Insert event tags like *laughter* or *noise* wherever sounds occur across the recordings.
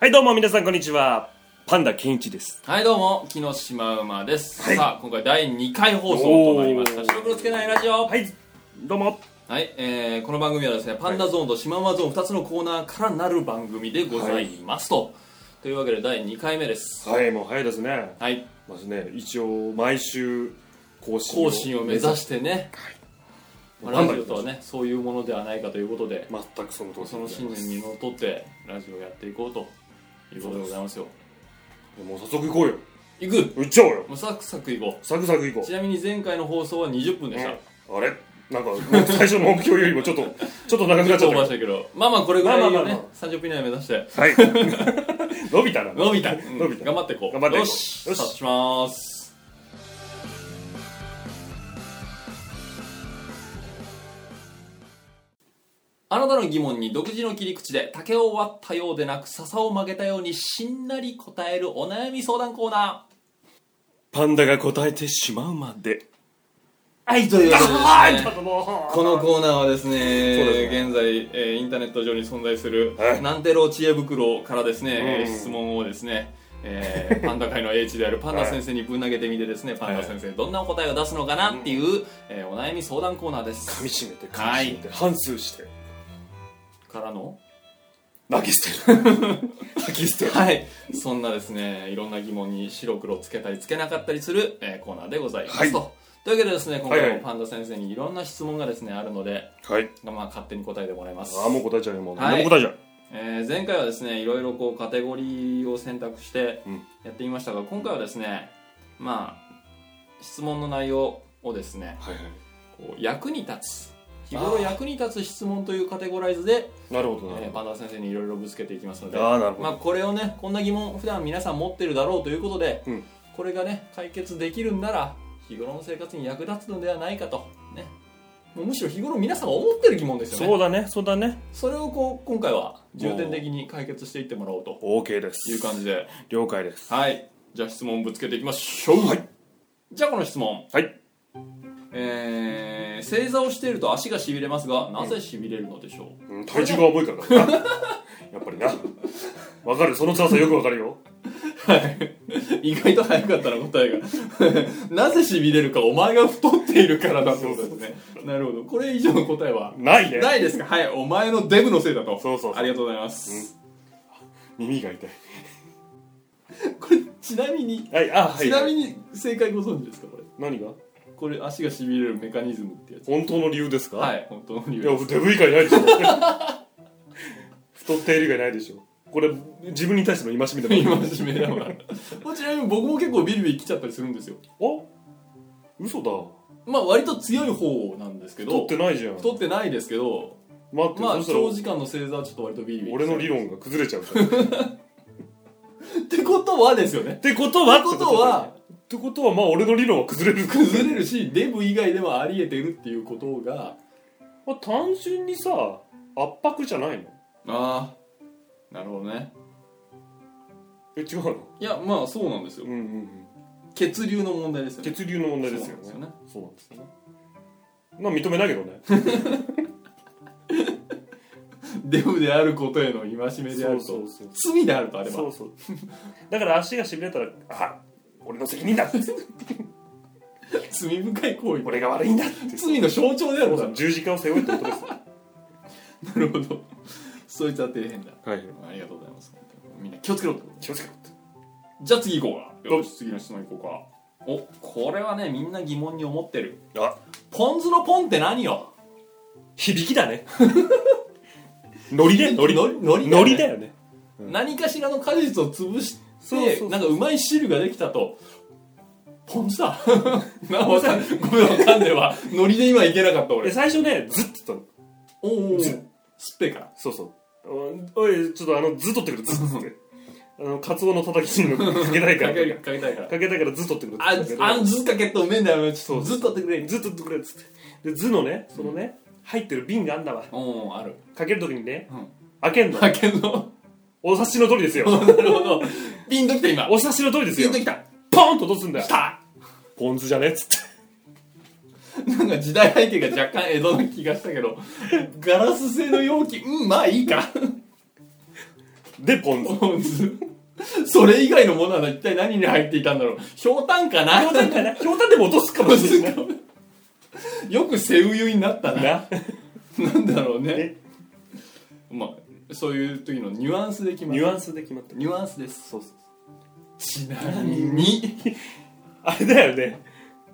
はいどうも皆さんこんにちはパンダケンイチですはいどうも木のシマウマです、はいさあ今回第2回放送となりましたおー「白黒つけないラジオ」はい、いどうもえーこの番組はですねパンダゾーンとシマウマゾーン2つのコーナーからなる番組でございますと、というわけで第2回目ですはいもう早いですねはいまずね一応毎週更新更新を目指してね、はまいあラジオとはねそういうものではないかということで全くその通りその信念にのっとってラジオをやっていこうということでございますよもう早速行こうよ行く打っちゃおうよもうサクサク行こサクサク行うこちなみに前回の放送は20分う、でした、ねあれなんか最初の目標よりもちょっとちょっと長くちなっょっちゃとっオたーバーよしたけどまあまあこれぐらいよね、まあまあまあま30分以内目指してはい *laughs* 伸びたな伸びた、伸びた頑張っていこう頑張っていこうよしよよしししますあなたの疑問に独自の切り口で竹を割ったようでなく笹を曲げたようにしんなり答えるお悩み相談コーナーパンダが答えてしまうまではいというわけではいですちょねっともうこのコーナーはですそねうですね現在、えーインターネット上に存在するはいなんてろう知恵袋からですね、えーうん質問をですね、えーパンダ界の英知であるパンダ先生にぶん投げてみてですね、パンダ先生どんなお答えを出すのかなっていう、えーお悩み相談コーナーです噛み締めて噛み締めて反数してからの泣き捨てる泣き捨てるはいそんなですねいろんな疑問に白黒つけたりつけなかったりする、えーコーナーでございます、はいとというわけでですね今はい回はいもパンダ先生にいろんな質問がですねあるので、はいまあ、勝手に答えてもらいますああもう答えちゃうよもう、はい何でも答えちゃうえー前回はですねいろいろこうカテゴリーを選択してうんやってみましたが、今回はですねまあ質問の内容をですねはいはいこう役に立つ日頃役に立つ質問というカテゴライズで、なるほどなえるー、ほパンダ先生にいろいろぶつけていきますのでどああなるほまあ、どこれをねこんな疑問普段皆さん持ってるだろうということで、うんこれがね解決できるんなら日頃の生活に役立つのではないかと、ね、もうむしろ日頃皆さんが思ってる疑問ですよねそうだねそうだねそれをこう今回は重点的に解決していってもらおうと OK ですいう感じで了解ですはいじゃあ質問ぶつけていきましょう、はいじゃあこの質問はいえー、正座をしていると足がしびれますがなぜしびれるのでしょう、う *laughs* ん体重が重いからなやっぱりなわかるその辛さよくわかるよ意外と早かったな答えが *laughs* なぜしびれるかお前が太っているからだってことですねなるほどこれ以上の答えはないねないですかはいお前のデブのせいだとそうそうそうありがとうございます、耳が痛いこれちなみに、はいあはいちなみに正解ご存知ですかこれ何がこれ足がしびれるメカニズムってやつ本当の理由ですかはい本当のい理由やですデブ以外ないでしょ *laughs* 太っている以外ないでしょこれ自分に対しての *laughs* 戒めでも今真面目だわ *laughs* ちなみに僕も結構ビリビリ来ちゃったりするんですよあ嘘だまあ割と強い方なんですけ太どってないじゃん太ってないですけど待って、まあそしたら長時間の正座はちょっと割とビリビリ俺の理論が崩れちゃう *laughs* からっってことはですよねてことっはてことはってことはまあ俺の理論は崩れる崩れるしデブ以外でもありえてるっていうことがまあ、単純にさ圧迫じゃないのああなるほどねえ違うのいやまあそうなんですうよんうんうん血流の問題ですよね血流の問題ですよねそうなんですそよねうなんですよねまあ認めないけどねデブであることへの戒めであるとそうそう罪であるとあればそうそうだから足がしびれたらあ俺の責任だ罪深い行為 *laughs* 俺が悪いんだって罪の象徴であそるうとそう十字架を背負えってことですなるほど *laughs* そいつは底辺だはいありがとうございますみんな気をつけろってこと気をつけろってじゃあ次行こうかどうよし次の質問行こうかおこれはねみんな疑問に思ってるあポン酢のポンって何よ響きだね *laughs* ノリねノリののりだよねノリだよね何かしらの果実を潰してそうそうそうなんかうまい汁ができたとポン酢だ *laughs* なわかんごめんわかんねえわノリで今いけなかったえ俺最初ねずっと言ったのおおずすっぺいからそうそうおおいちょっとあのずっとってくるずっとってあのカツオのたたきのかけたいかからけかけたいからかけたいからずっとってくるあずあんずっかけっとうめえんだよちそょうっとずっとやってくれずっとってくれっつってで図のねそのね、入ってる瓶があんだわおおあるかけるときにね、うん開けんの派遣のお察しの通りです *laughs* よなるほどピンときた今お察しの通りですピよンときたポンと落とすんだよきたポン酢じゃねっつってなんか時代背景が若干江戸な気がしたけどガラス製の容器うんまあいいかでポン酢ポン酢それ以外のものは一体何に入っていたんだろうひょうたんかなひょうたんかなひょうたんでも落とすかもしれないよく背ウユになったな *laughs* ななんだろうねねまあそういう時のニュアンスで決まニるュアンスで決まったニュアンスですそうそうちなみにあれだよね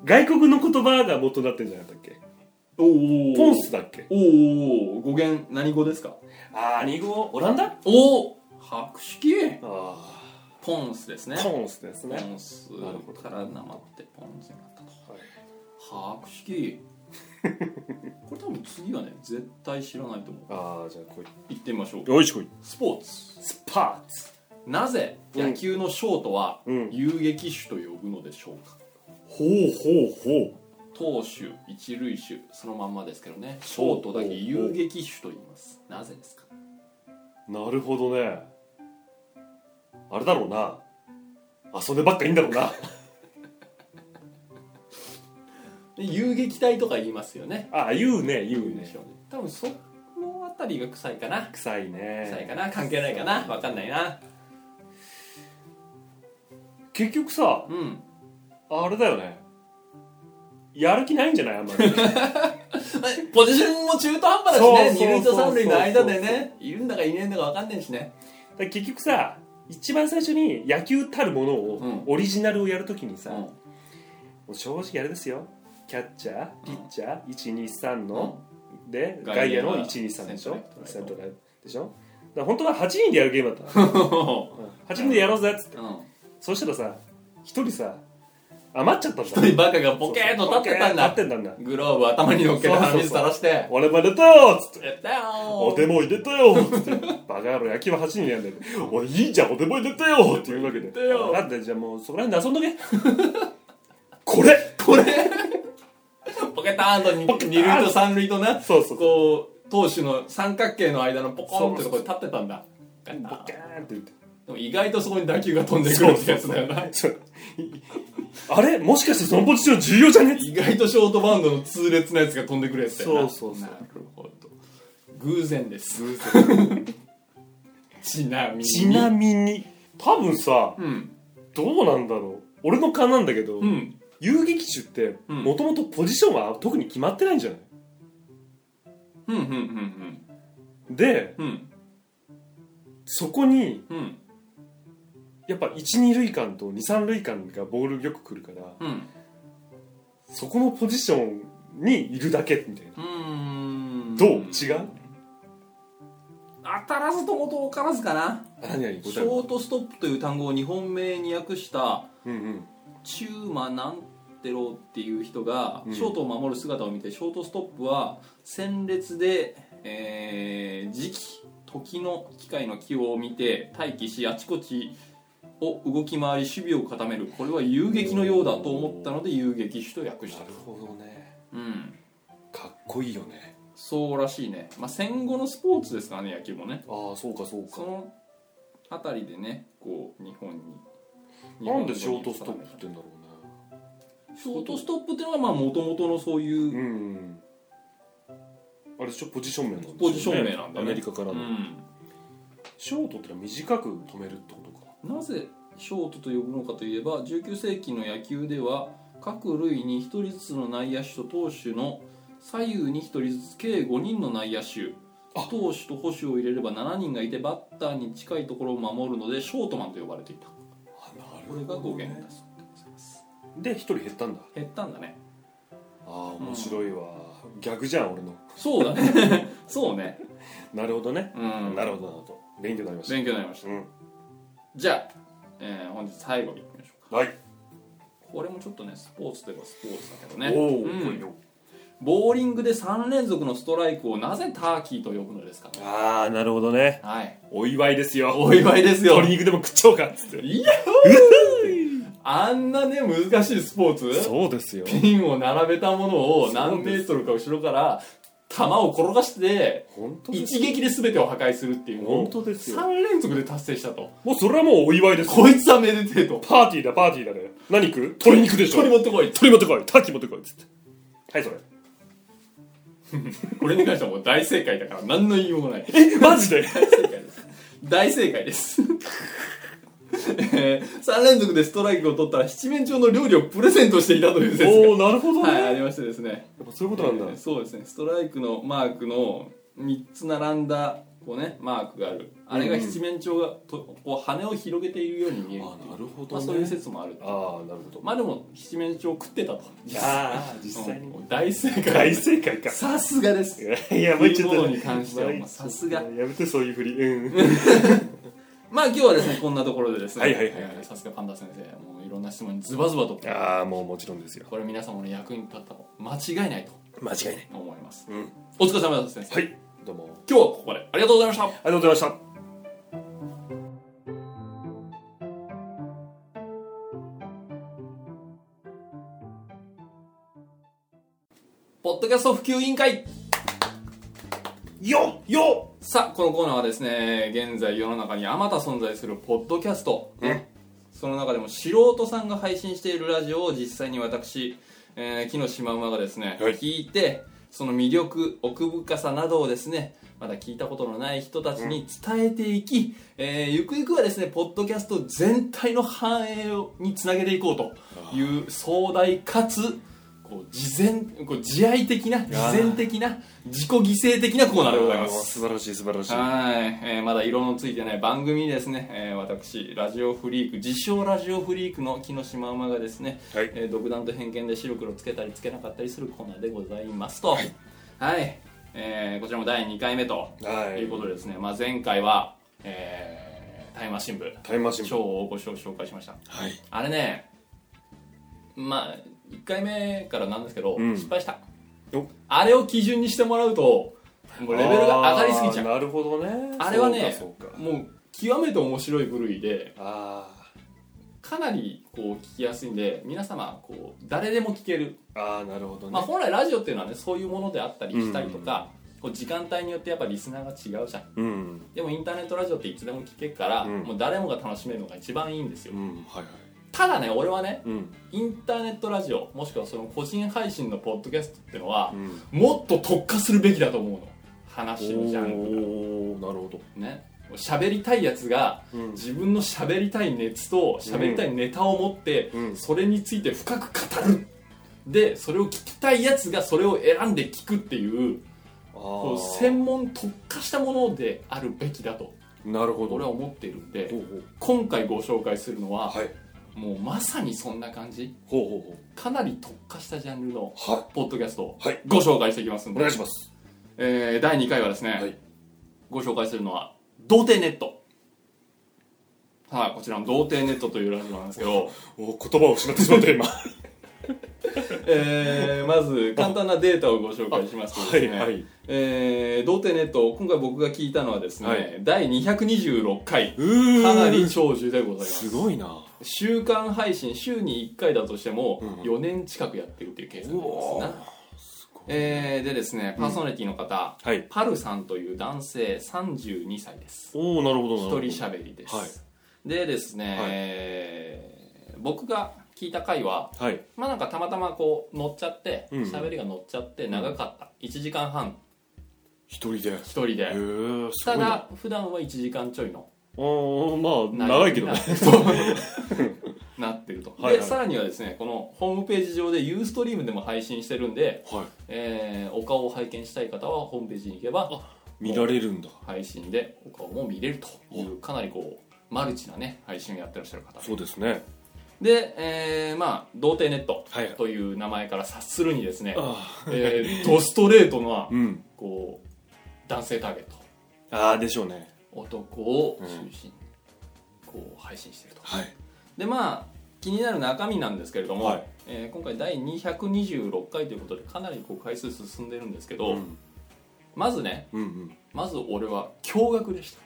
外国の言葉が元になってんじゃなかったっけおおポンスだっけおお語源何語ですかああ何語オランダおお白色あポンスですねあポンスですポねンスなるほどからなまってポンスになったと *laughs* 白色これ多分次はね絶対知らないと思うああじゃあこ行ってみましょういよいしょこいスポーツスパーツなぜ野球のショートはうん遊撃手と呼ぶのでしょうかほうほうほう投手一塁手そのまんまですけどねショートだけ遊撃手と言いますなぜですかなるほどねあれだろうな遊んでばっかいいんだろう *laughs* なで遊撃隊とか言いますよねああ言うね言うでねしょ多分そのあたりが臭いかな臭いね臭いかな関係ないかなわかんないな結局さうんあれだよねやる気ないんじゃないあんま *laughs* りポジションも中途半端だしねそうそうそうそう二塁と三塁の間でねいるんだかいねえんだかわかんないしねだから結局さ一番最初に野球たるものを、うんオリジナルをやるときにさ、うんもう正直あれですよキャッチャーピッチャー、123の、で外外野野はの123でしょセセンントトライでしょだから本当は8人でやるゲームだ *laughs* ったの、8人でやろうぜっつってうんそしたらさ一人さ余っちゃったんだ一人バカがボケーっと立ってたんだ立ってんだグローブ頭に乗っけてそうそう鼻そう水垂らして俺も入れたよつって「やったよーお手も入れたよつってバカ野郎野球は8人でやんだよ俺いいじゃんお手も入れたよって言うわけで入れたよなんでじゃあもうそこら辺で遊んどけこれこれポケターンとにポケターン二塁と三塁となそうそうそうこう投手の三角形の間のポコンってとこに立ってたんだボッカーンって言ってでも意外とそこに打球が飛んでくるってやつだよなそうあれもしかしてそのポジション重要じゃね意外とショートバウンドの痛烈なやつが飛んでくるやつだよなそうそうそうなるほど偶然ですちなみにちなみに多分さうんどうなんだろう俺の勘なんだけど、うん遊撃手ってうんもともとポジションは特に決まってないんじゃないうんうんうんでうんうんそこにうんやっぱ12塁間と23塁間がボールよく来るからうんそこのポジションにいるだけみたいなうーんどう違う当たらずとも遠からずかなあ何々シ答えョはートストップという単語を日本名に訳したうんうん中馬なんてろうっていう人がうんショートを守る姿を見て、ショートストップは戦列で、えー時期時の機械の気を見て待機しあちこちを動き回り守備を固めるこれは遊撃のようだと思ったので遊撃手と訳したなるほどねうんかっこいいよねそうらしいね、まあ、戦後のスポーツですからね野球もねああそうかそうその辺りでねこう日本になんでショートストップって言うんだろショートストップっていうのはもともとのそういううねうんうんあれでしょポジション名なんでしょうねポジション名なんだよねアメリカからうのん、ショートってのは短く止めるってことかなぜショートと呼ぶのかといえば19世紀の野球では各類に1人ずつの内野手と投手の左右に1人ずつ計5人の内野手あ投手と捕手を入れれば7人がいてバッターに近いところを守るのでショートマンと呼ばれていたあなこれが語源だそうでございますで一人減ったんだ減ったんだねああ面白いわ、逆じゃん俺のそうだね *laughs* そうねなるほどね、うんなるほどなるほど勉強になりまし勉強になりましたたうんじゃあ、えー本日最後にいきましょうかはいこれもちょっとねスポーツといえばスポーツだけどねおお、うんこれよボーリングで3連続のストライクをなぜターキーと呼ぶのですかああなるほどねはいお祝いですよお祝いですよ鶏肉でも食っちゃおうかっつっていやあんなね難しいスポーツそうですよピンを並べたものを何メートルか後ろから球を転がして本当です一撃で全てを破壊するっていうの本を当ですよ3連続で達成したともうそれはもうお祝いですよこいつはめでてえとパーティーだパーティーだね何食う鶏肉でしょ取り持ってこい鶏持ってこいターキー持ってこいっつってはいそれこれに関してはもう大正解だから何の言いようもないえマジで大正解です *laughs* 大正解ですえー、3連続でストライクを取ったら七面鳥の料理をプレゼントしていたという説 *laughs* がおおなるほどね、はいあやりましてですねっぱそういうことなんだ、えーそうですねストライクのマークの3つ並んだこうねマークがあるあれが七面鳥がとこう羽を広げているように見えるあなるほど、ねまあ、そういう説もあるああなるほど、まあでも七面鳥を食ってたとああ実際にうん大正解大正解かさすがですいやもうちょっと食い物に関してはまあさすがやめてそういうふりうんまあ今日はですねこんなところでですねはいはいはいはいえーさすがパンダ先生もういろんな質問にズバズバとああもうもちろんですよこれ皆様の役に立ったの間違いないと間違いない思いますうんお疲れ様です先生、はいどうも今日はここまでありがとうございましたありがとうございましたポッドキャスト普及委員会よっよさあこのコーナーはですね現在世の中にあまた存在するポッドキャスト、うんその中でも素人さんが配信しているラジオを実際に私、えー木のシマウマがですね、はい聞いてその魅力奥深さなどをですねまだ聞いたことのない人たちに伝えていき、えーゆくゆくはですねポッドキャスト全体の繁栄をにつなげていこうという壮大かつこう事前こう自愛的なー事前的な自己犠牲的なコーナーでございます素晴らしい素晴らしいはい、えーまだ色のついてない番組にですね、えー私ラジオフリーク自称ラジオフリークの木下馬馬がですね、はいえー独断と偏見で白黒つけたりつけなかったりするコーナーでございますとはい、えーこちらも第2回目とはいいうことでですね、まあ、前回は、えー、タイマー新聞タイムマシン超大御所を紹介しましたはいあれねまあ1回目からなんですけど、うん失敗したおあれを基準にしてもらうともうレベルが上がりすぎちゃうあーなるほどねあれはねそうかそうかもう極めて面白い部類であかなりこう聞きやすいんで皆様こう誰でも聞ける、ーあーなるほどね、まあ、本来ラジオっていうのはねそういうものであったりしたりとか、こう時間帯によってやっぱリスナーが違うじゃんうんでもインターネットラジオっていつでも聞けるから、うんもう誰もが楽しめるのが一番いいんですようんはいはいただね俺はねうんインターネットラジオもしくはその個人配信のポッドキャストってのはう、んもっと特化するべきだと思うの話のジャンルおおなるほどがね喋りたいやつがうん自分の喋りたい熱と喋りたいネタを持って、うんそれについて深く語るでそれを聞きたいやつがそれを選んで聞くっていうあこうー専門特化したものであるべきだとなるほど俺は思っているんでほうほう今回ご紹介するのは、はいもうまさにそんな感じほうほうかなり特化したジャンルのほうはいポッドキャストをはいご紹介していきますんおで、願いしますえー第2回はですね、はいご紹介するのは「童貞ネット」はい、こちらの「童貞ネット」というラジオなんですけどお言葉を失ってしま *laughs* った今はえーまず簡単なデータをご紹介しますとですね、いえー童貞ネット今回僕が聞いたのはですね、はい第226回うーかなり長寿でございますすごいな週間配信週に1回だとしてもうん4年近くやってるっていう計算になりますな、うえーでですねパーソナリティの方、はいパルさんという男性32歳ですおおなるほどな一るほど人喋りです、はいでですね、はいえー僕が聞いた回ははいまあなんかたまたまこう乗っちゃってうん喋りが乗っちゃって長かった、1時間半一人でへ1人で、えー、すごたいなだ普段は1時間ちょいのあーまあ長いけどなねなってると、はいはいでさらにはですねこのホームページ上でユーストリームでも配信してるんで、はいえーお顔を拝見したい方はホームページに行けば見られるんだ配信でお顔も見れるというかなりこうマルチなね配信をやってらっしゃる方そうですねで、えーまあ「童貞ネットはいは」いという名前から察するにですね、あえードストレートーなうんこう男性ターゲットああでしょうね男を中心にこう配信してるとはいでまあ気になる中身なんですけれども、はいえー今回第226回ということでかなりこう回数進んでるんですけど、んまずねうんうんまず俺は驚愕でし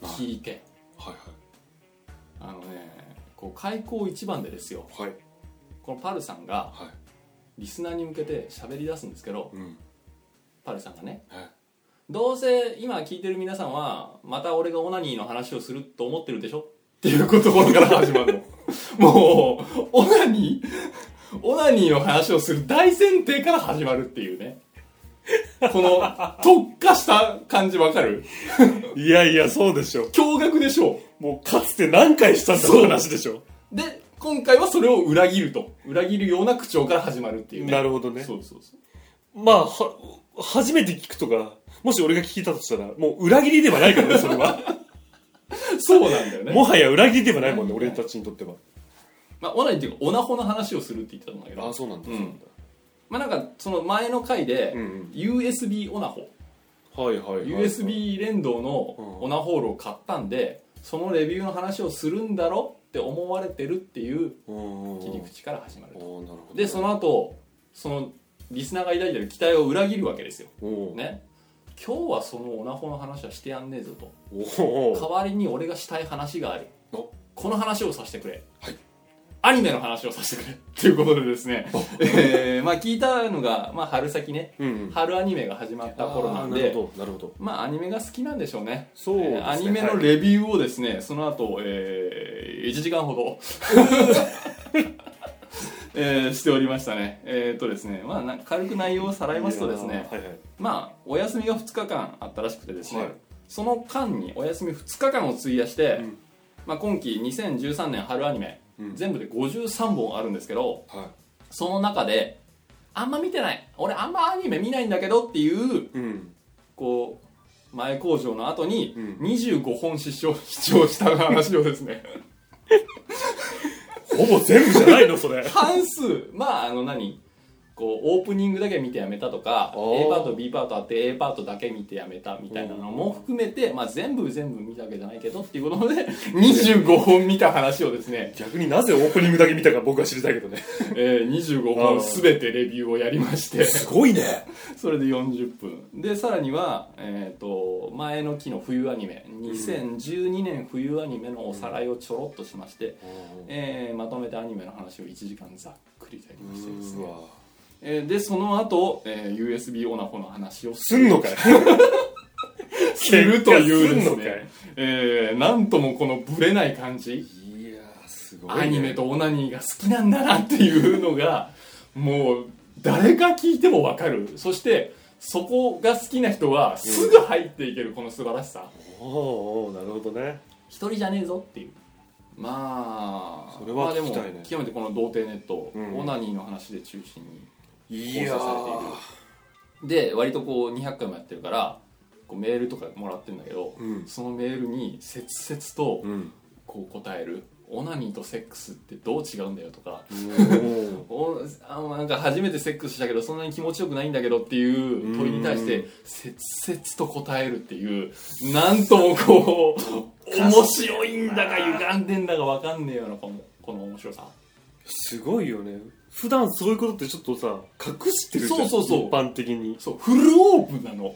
たはい聞いてはいあのねこう開口一番でですよはいはいこのパルさんがはいリスナーに向けて喋り出すんですけどうんパルさんがねはいどうせ今聞いてる皆さんはまた俺がオナニーの話をすると思ってるでしょっていうところから始まるのもうオナニーオナニーの話をする大前提から始まるっていうねこの特化した感じわかる *laughs* いやいや、そうでしょ。驚愕でしょもうかつて何回したんだそのう話でしょ。うで今回はそれを裏切ると裏切るような口調から始まるっていうねなるほどね。そうそうそうまあ、は、初めて聞くとか、もし俺が聞いたとしたら、もう裏切りではないからね、それは。そうなんだよねもはや裏切りではないもんね、俺たちにとっては。まあオナニーっていうかオナホの話をするって言ってたんだけどそうなんだうんまあなんかその前の回で、うん USB オナホうん。はいはいはい。 USB 連動のうんオナホールを買ったんで、そのレビューの話をするんだろって思われてるっていううんうんうん。切り口から始まるおとーなるほど。でその後そのリスナーが抱いてる期待を裏切るわけですよおー、ね今日はそのオナホの話はしてやんねえぞとおー代わりに俺がしたい話があるおこの話をさせてくれ、はいアニメの話をさせてくれっていうことでですね、えーまあ聞いたのが、まあ、春先ねうんうん。春アニメが始まった頃なあんーなるでほど、なるほど。まあアニメが好きなんでしょうねそうですねえーアニメのレビューをですね、その後、えー1時間 *laughs* ほど、えーしておりましたねえーっとですねまあな軽く内容をさらいますとですねいやーはいはい。まあお休みが2日間あったらしくてですね、はいその間にお休み2日間を費やして、うんまあ、今期2013年春アニメ、うん全部で53本あるんですけどはその中であんま見てない俺あんまアニメ見ないんだけどっていうい。うん。こう前工場の後にうん25本視聴視聴した話をですねほぼ全部じゃないの、そ *laughs* れ。半数まああの何こうオープニングだけ見てやめたとかあー A パート B パートあって A パートだけ見てやめたみたいなのも含めて、まあ、全部全部見たわけじゃないけどっていうこと *laughs* で25本見た話をですね、逆になぜオープニングだけ見たか僕は知りたいけどね。えー25本全てレビューをやりましてすごいね。 *laughs* それで40分でさらには、えー、と前の期の冬アニメ2012年冬アニメのおさらいをちょろっとしまして、えーまとめてアニメの話を1時間ざっくりやりましてですうね、わえーでその後、えー USB オナホの話をすんのかいするというで結果すすんのかねい *laughs* えーなんともこのブレない感じいやーすごいね、アニメとオナニーが好きなんだなっていうのがもう誰が聞いても分かるそしてそこが好きな人はすぐ入っていけるこの素晴らしさおーおーなるほどね一人じゃねえぞっていうまあそれは聞きたいねまあでも極めてこの童貞ネット、うんオナニーの話で中心にい放送されているで割とこう200回もやってるからこうメールとかもらってるんだけど、うんそのメールに切々とうんこう答える、オナニーとセックスってどう違うんだよとかおあなんか初めてセックスしたけどそんなに気持ちよくないんだけどっていう問いに対して切々と答えるっていうなんともこう面白いんだか歪んでんだか分かんねえようなこのこの面白さすごいよね普段そういうことってちょっとさ隠してるじゃんそうそうそう一般的にそうフルオープンなの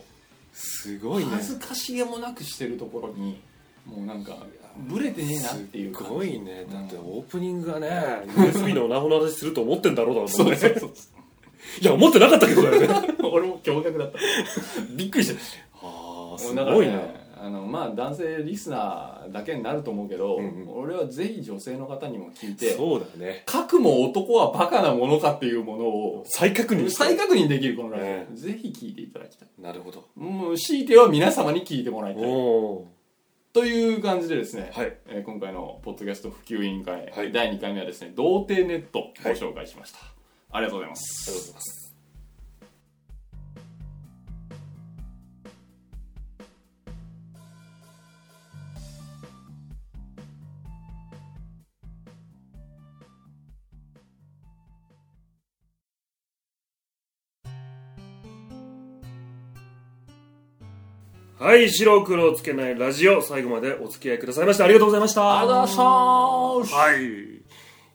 すごいね恥ずかしげもなくしてるところにもうなんかブレてねえなっていうす感じごいねだってうんオープニングがね *laughs* USB のオナホの話すると思ってんだろうだろそうねそうそういや思ってなかったけど *laughs* だよね俺も驚愕だったびっくりしたああもすうだかごらいねねあのまあ男性リスナーだけになると思うけど、うんうん俺はぜひ女性の方にも聞いてそうだねかくも男はバカなものかっていうものを再確認再確認できるこのラジオ、えぜひ聞いていただきたいなるほどもう強いては皆様に聞いてもらいたいおという感じでですね、ーはいえー今回のポッドキャスト普及委員会、はい第2回目はですね童貞ネットご紹介しました、ありがとうございまあすりがとうございますはい白黒つけないラジオ最後までお付き合いくださいましてありがとうございましたありがとうございましたはいい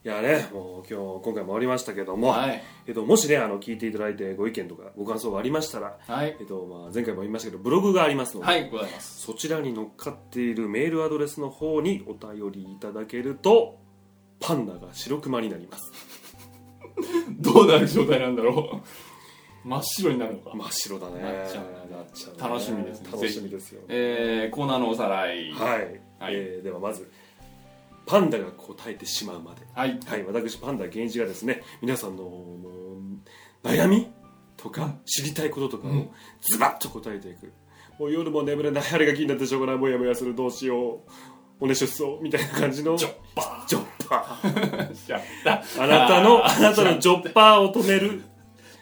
やねもう今日今回回りましたけども、はいえっと、もしねあの聞いていただいてご意見とかご感想がありましたら、はいえっとまあ、前回も言いましたけどブログがありますので、はいございますそちらに乗っかっているメールアドレスの方にお便りいただけるとパンダが白クマになりますどうなる状態なんだろう真っ白になるのか、真っ白だねなっちゃうなっちゃうね楽しみですね楽しみですよえー、コーナーのおさらいはい、はい、えーではまずパンダが答えてしまうまではいはい、私パンダ源一がですね皆さんのもう悩みととか知りたいこととかをズバッと答えていく、もう夜も眠れないあれが気になってしょうがないもやもやするどうしようおねしょしそうみたいな感じのジョッパージョッパしちゃったーあなたのあなたのジョッパーを止める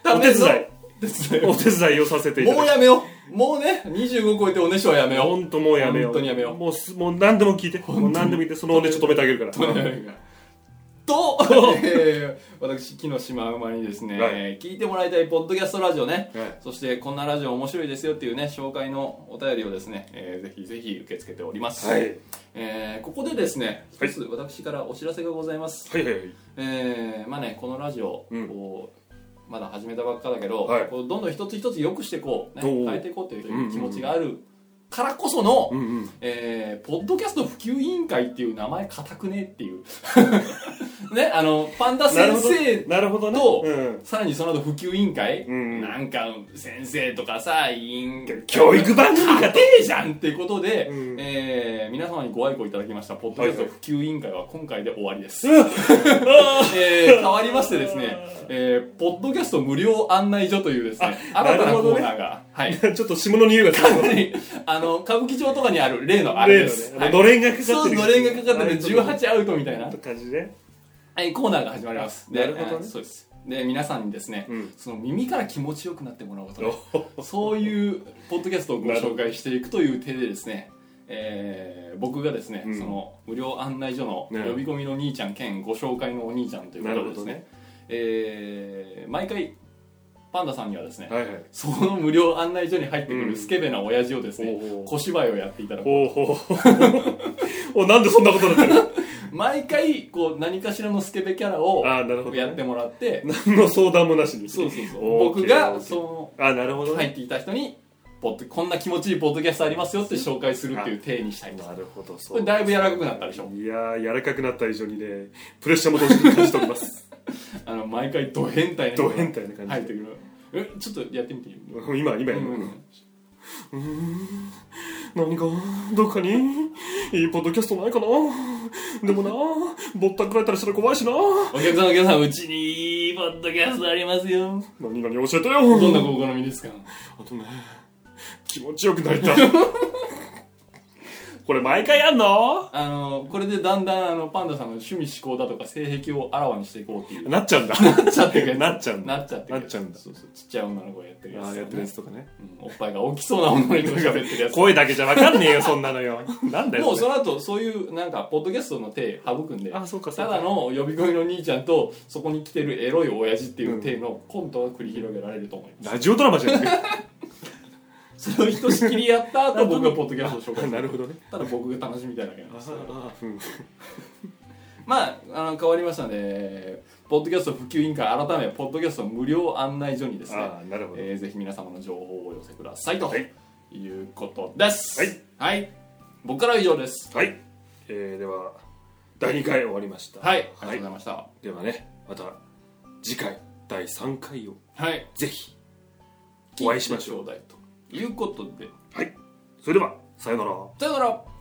お手伝いお手伝いをさせていただ *laughs* もうきやめようもうね25超えておねしょはやめよう本当もうやめよう本当にやめようもうすもう何でも聞いてもう何でも聞いてそのおねしょ止めてあげるから *laughs* と、えー私木の島馬にですね、はいえー聞いてもらいたいポッドキャストラジオね、はいそしてこんなラジオ面白いですよっていうね紹介のお便りをですね、えーぜひぜひ受け付けております、はいえーここでですねは一いつ私からお知らせがございます、はいはいはいえーまあねこのラジオ、うんこうまだ始めたばっかだけど、はいこうどんどん一つ一つ良くしていこう、ね、おー変えていこうという気持ちがあるからこその、うんうんえーポッドキャスト普及委員会っていう名前固くねっていう *laughs* ねあのパンダ先生なるほどねとうんさらにその後普及委員会、うんなんか先生とかさ委員教育番組家が庭じゃんっていうことで、うんえー皆様にご愛顧いただきましたポッドキャスト普及委員会は今回で終わりです、 *laughs* えー変わりましてですね、えーポッドキャスト無料案内所というですねあ新たななるコほどーねナーが、はい *laughs* *laughs* ちょっと下の匂いがするあの歌舞伎町とかにある例のあれです、例のねはいのれんがかかってるそうのれんがかかってるはい18アウトみたいなと、感じねはい、コーナーが始まりますでなるほどねえーそうですで皆さんにですね、うんその耳から気持ちよくなってもらおうとねそういうポッドキャストをご紹介していくという手でですね、えー僕がですね、うんその無料案内所のね呼び込みの兄ちゃん兼ご紹介のお兄ちゃんというこなるとほででどすねねえー毎回パンダさんにはですね、はいはいその無料案内所に入ってくるスケベな親父をですね、うんおうおう小芝居をやっていただくおお *laughs* おなんでそんなことになって *laughs* る毎回こう何かしらのスケベキャラをあーなるほどねやってもらって何の相談もなしにそうそうそうオーケー僕がオーケーそあなるほどの入ねっていた人にポッドこんな気持ちいいポッドキャストありますよって紹介するっていう体にしたいとなるほどこそれうだいぶ柔らかくなったでしょいやー柔らかくなった以上にねプレッシャーも同時に感じております *laughs* あの毎回ド変態なド変態な感じ入ってくるえちょっとやってみてようん今今やるうんうん何かどっかにいいポッドキャストないかなでもなぼったくられたりしたら怖いしなお客さんお客さんうちにいいポッドキャストありますよ何々教えてどんなよごお好みですかあとね気持ちよくなりたい *laughs* これ毎回やんのあのこれでだんだんあのパンダさんの趣味思考だとか性癖をあらわにしていこうっていうなっちゃ *laughs* うんだなっちゃってるなっちゃうんだなっちゃってるなっちゃうんだそうそうちっちゃい女の子がやってるやつあだあねやってるやつとかねうんおっぱいが大きそうな女の子が喋ってるやつ声だけじゃわかんねえよそんなのよなんだよもうそれその後そういうなんかポッドキャストの手省くんであそうかそうたかだの呼び込みの兄ちゃんとそこに来てるエロい親父っていう手のコントが繰り広げられると思います、ラジオドラマじゃない *laughs* それをひとしきりやった後僕がポッドキャストを紹介するなるほどねただ僕が楽しみたいだけなんですうんまああの変わりましたねポッドキャスト普及委員会改めポッドキャスト無料案内所にですねああなるほどえーぜひ皆様の情報をお寄せくださいとはいいうことですはい、はい僕からは以上ですはいえーでは第2回終わりましたはいありがとうございましたはではねまた次回第3回をい、ぜひお会いしましょうょうだいということではいそれではさようならさよなら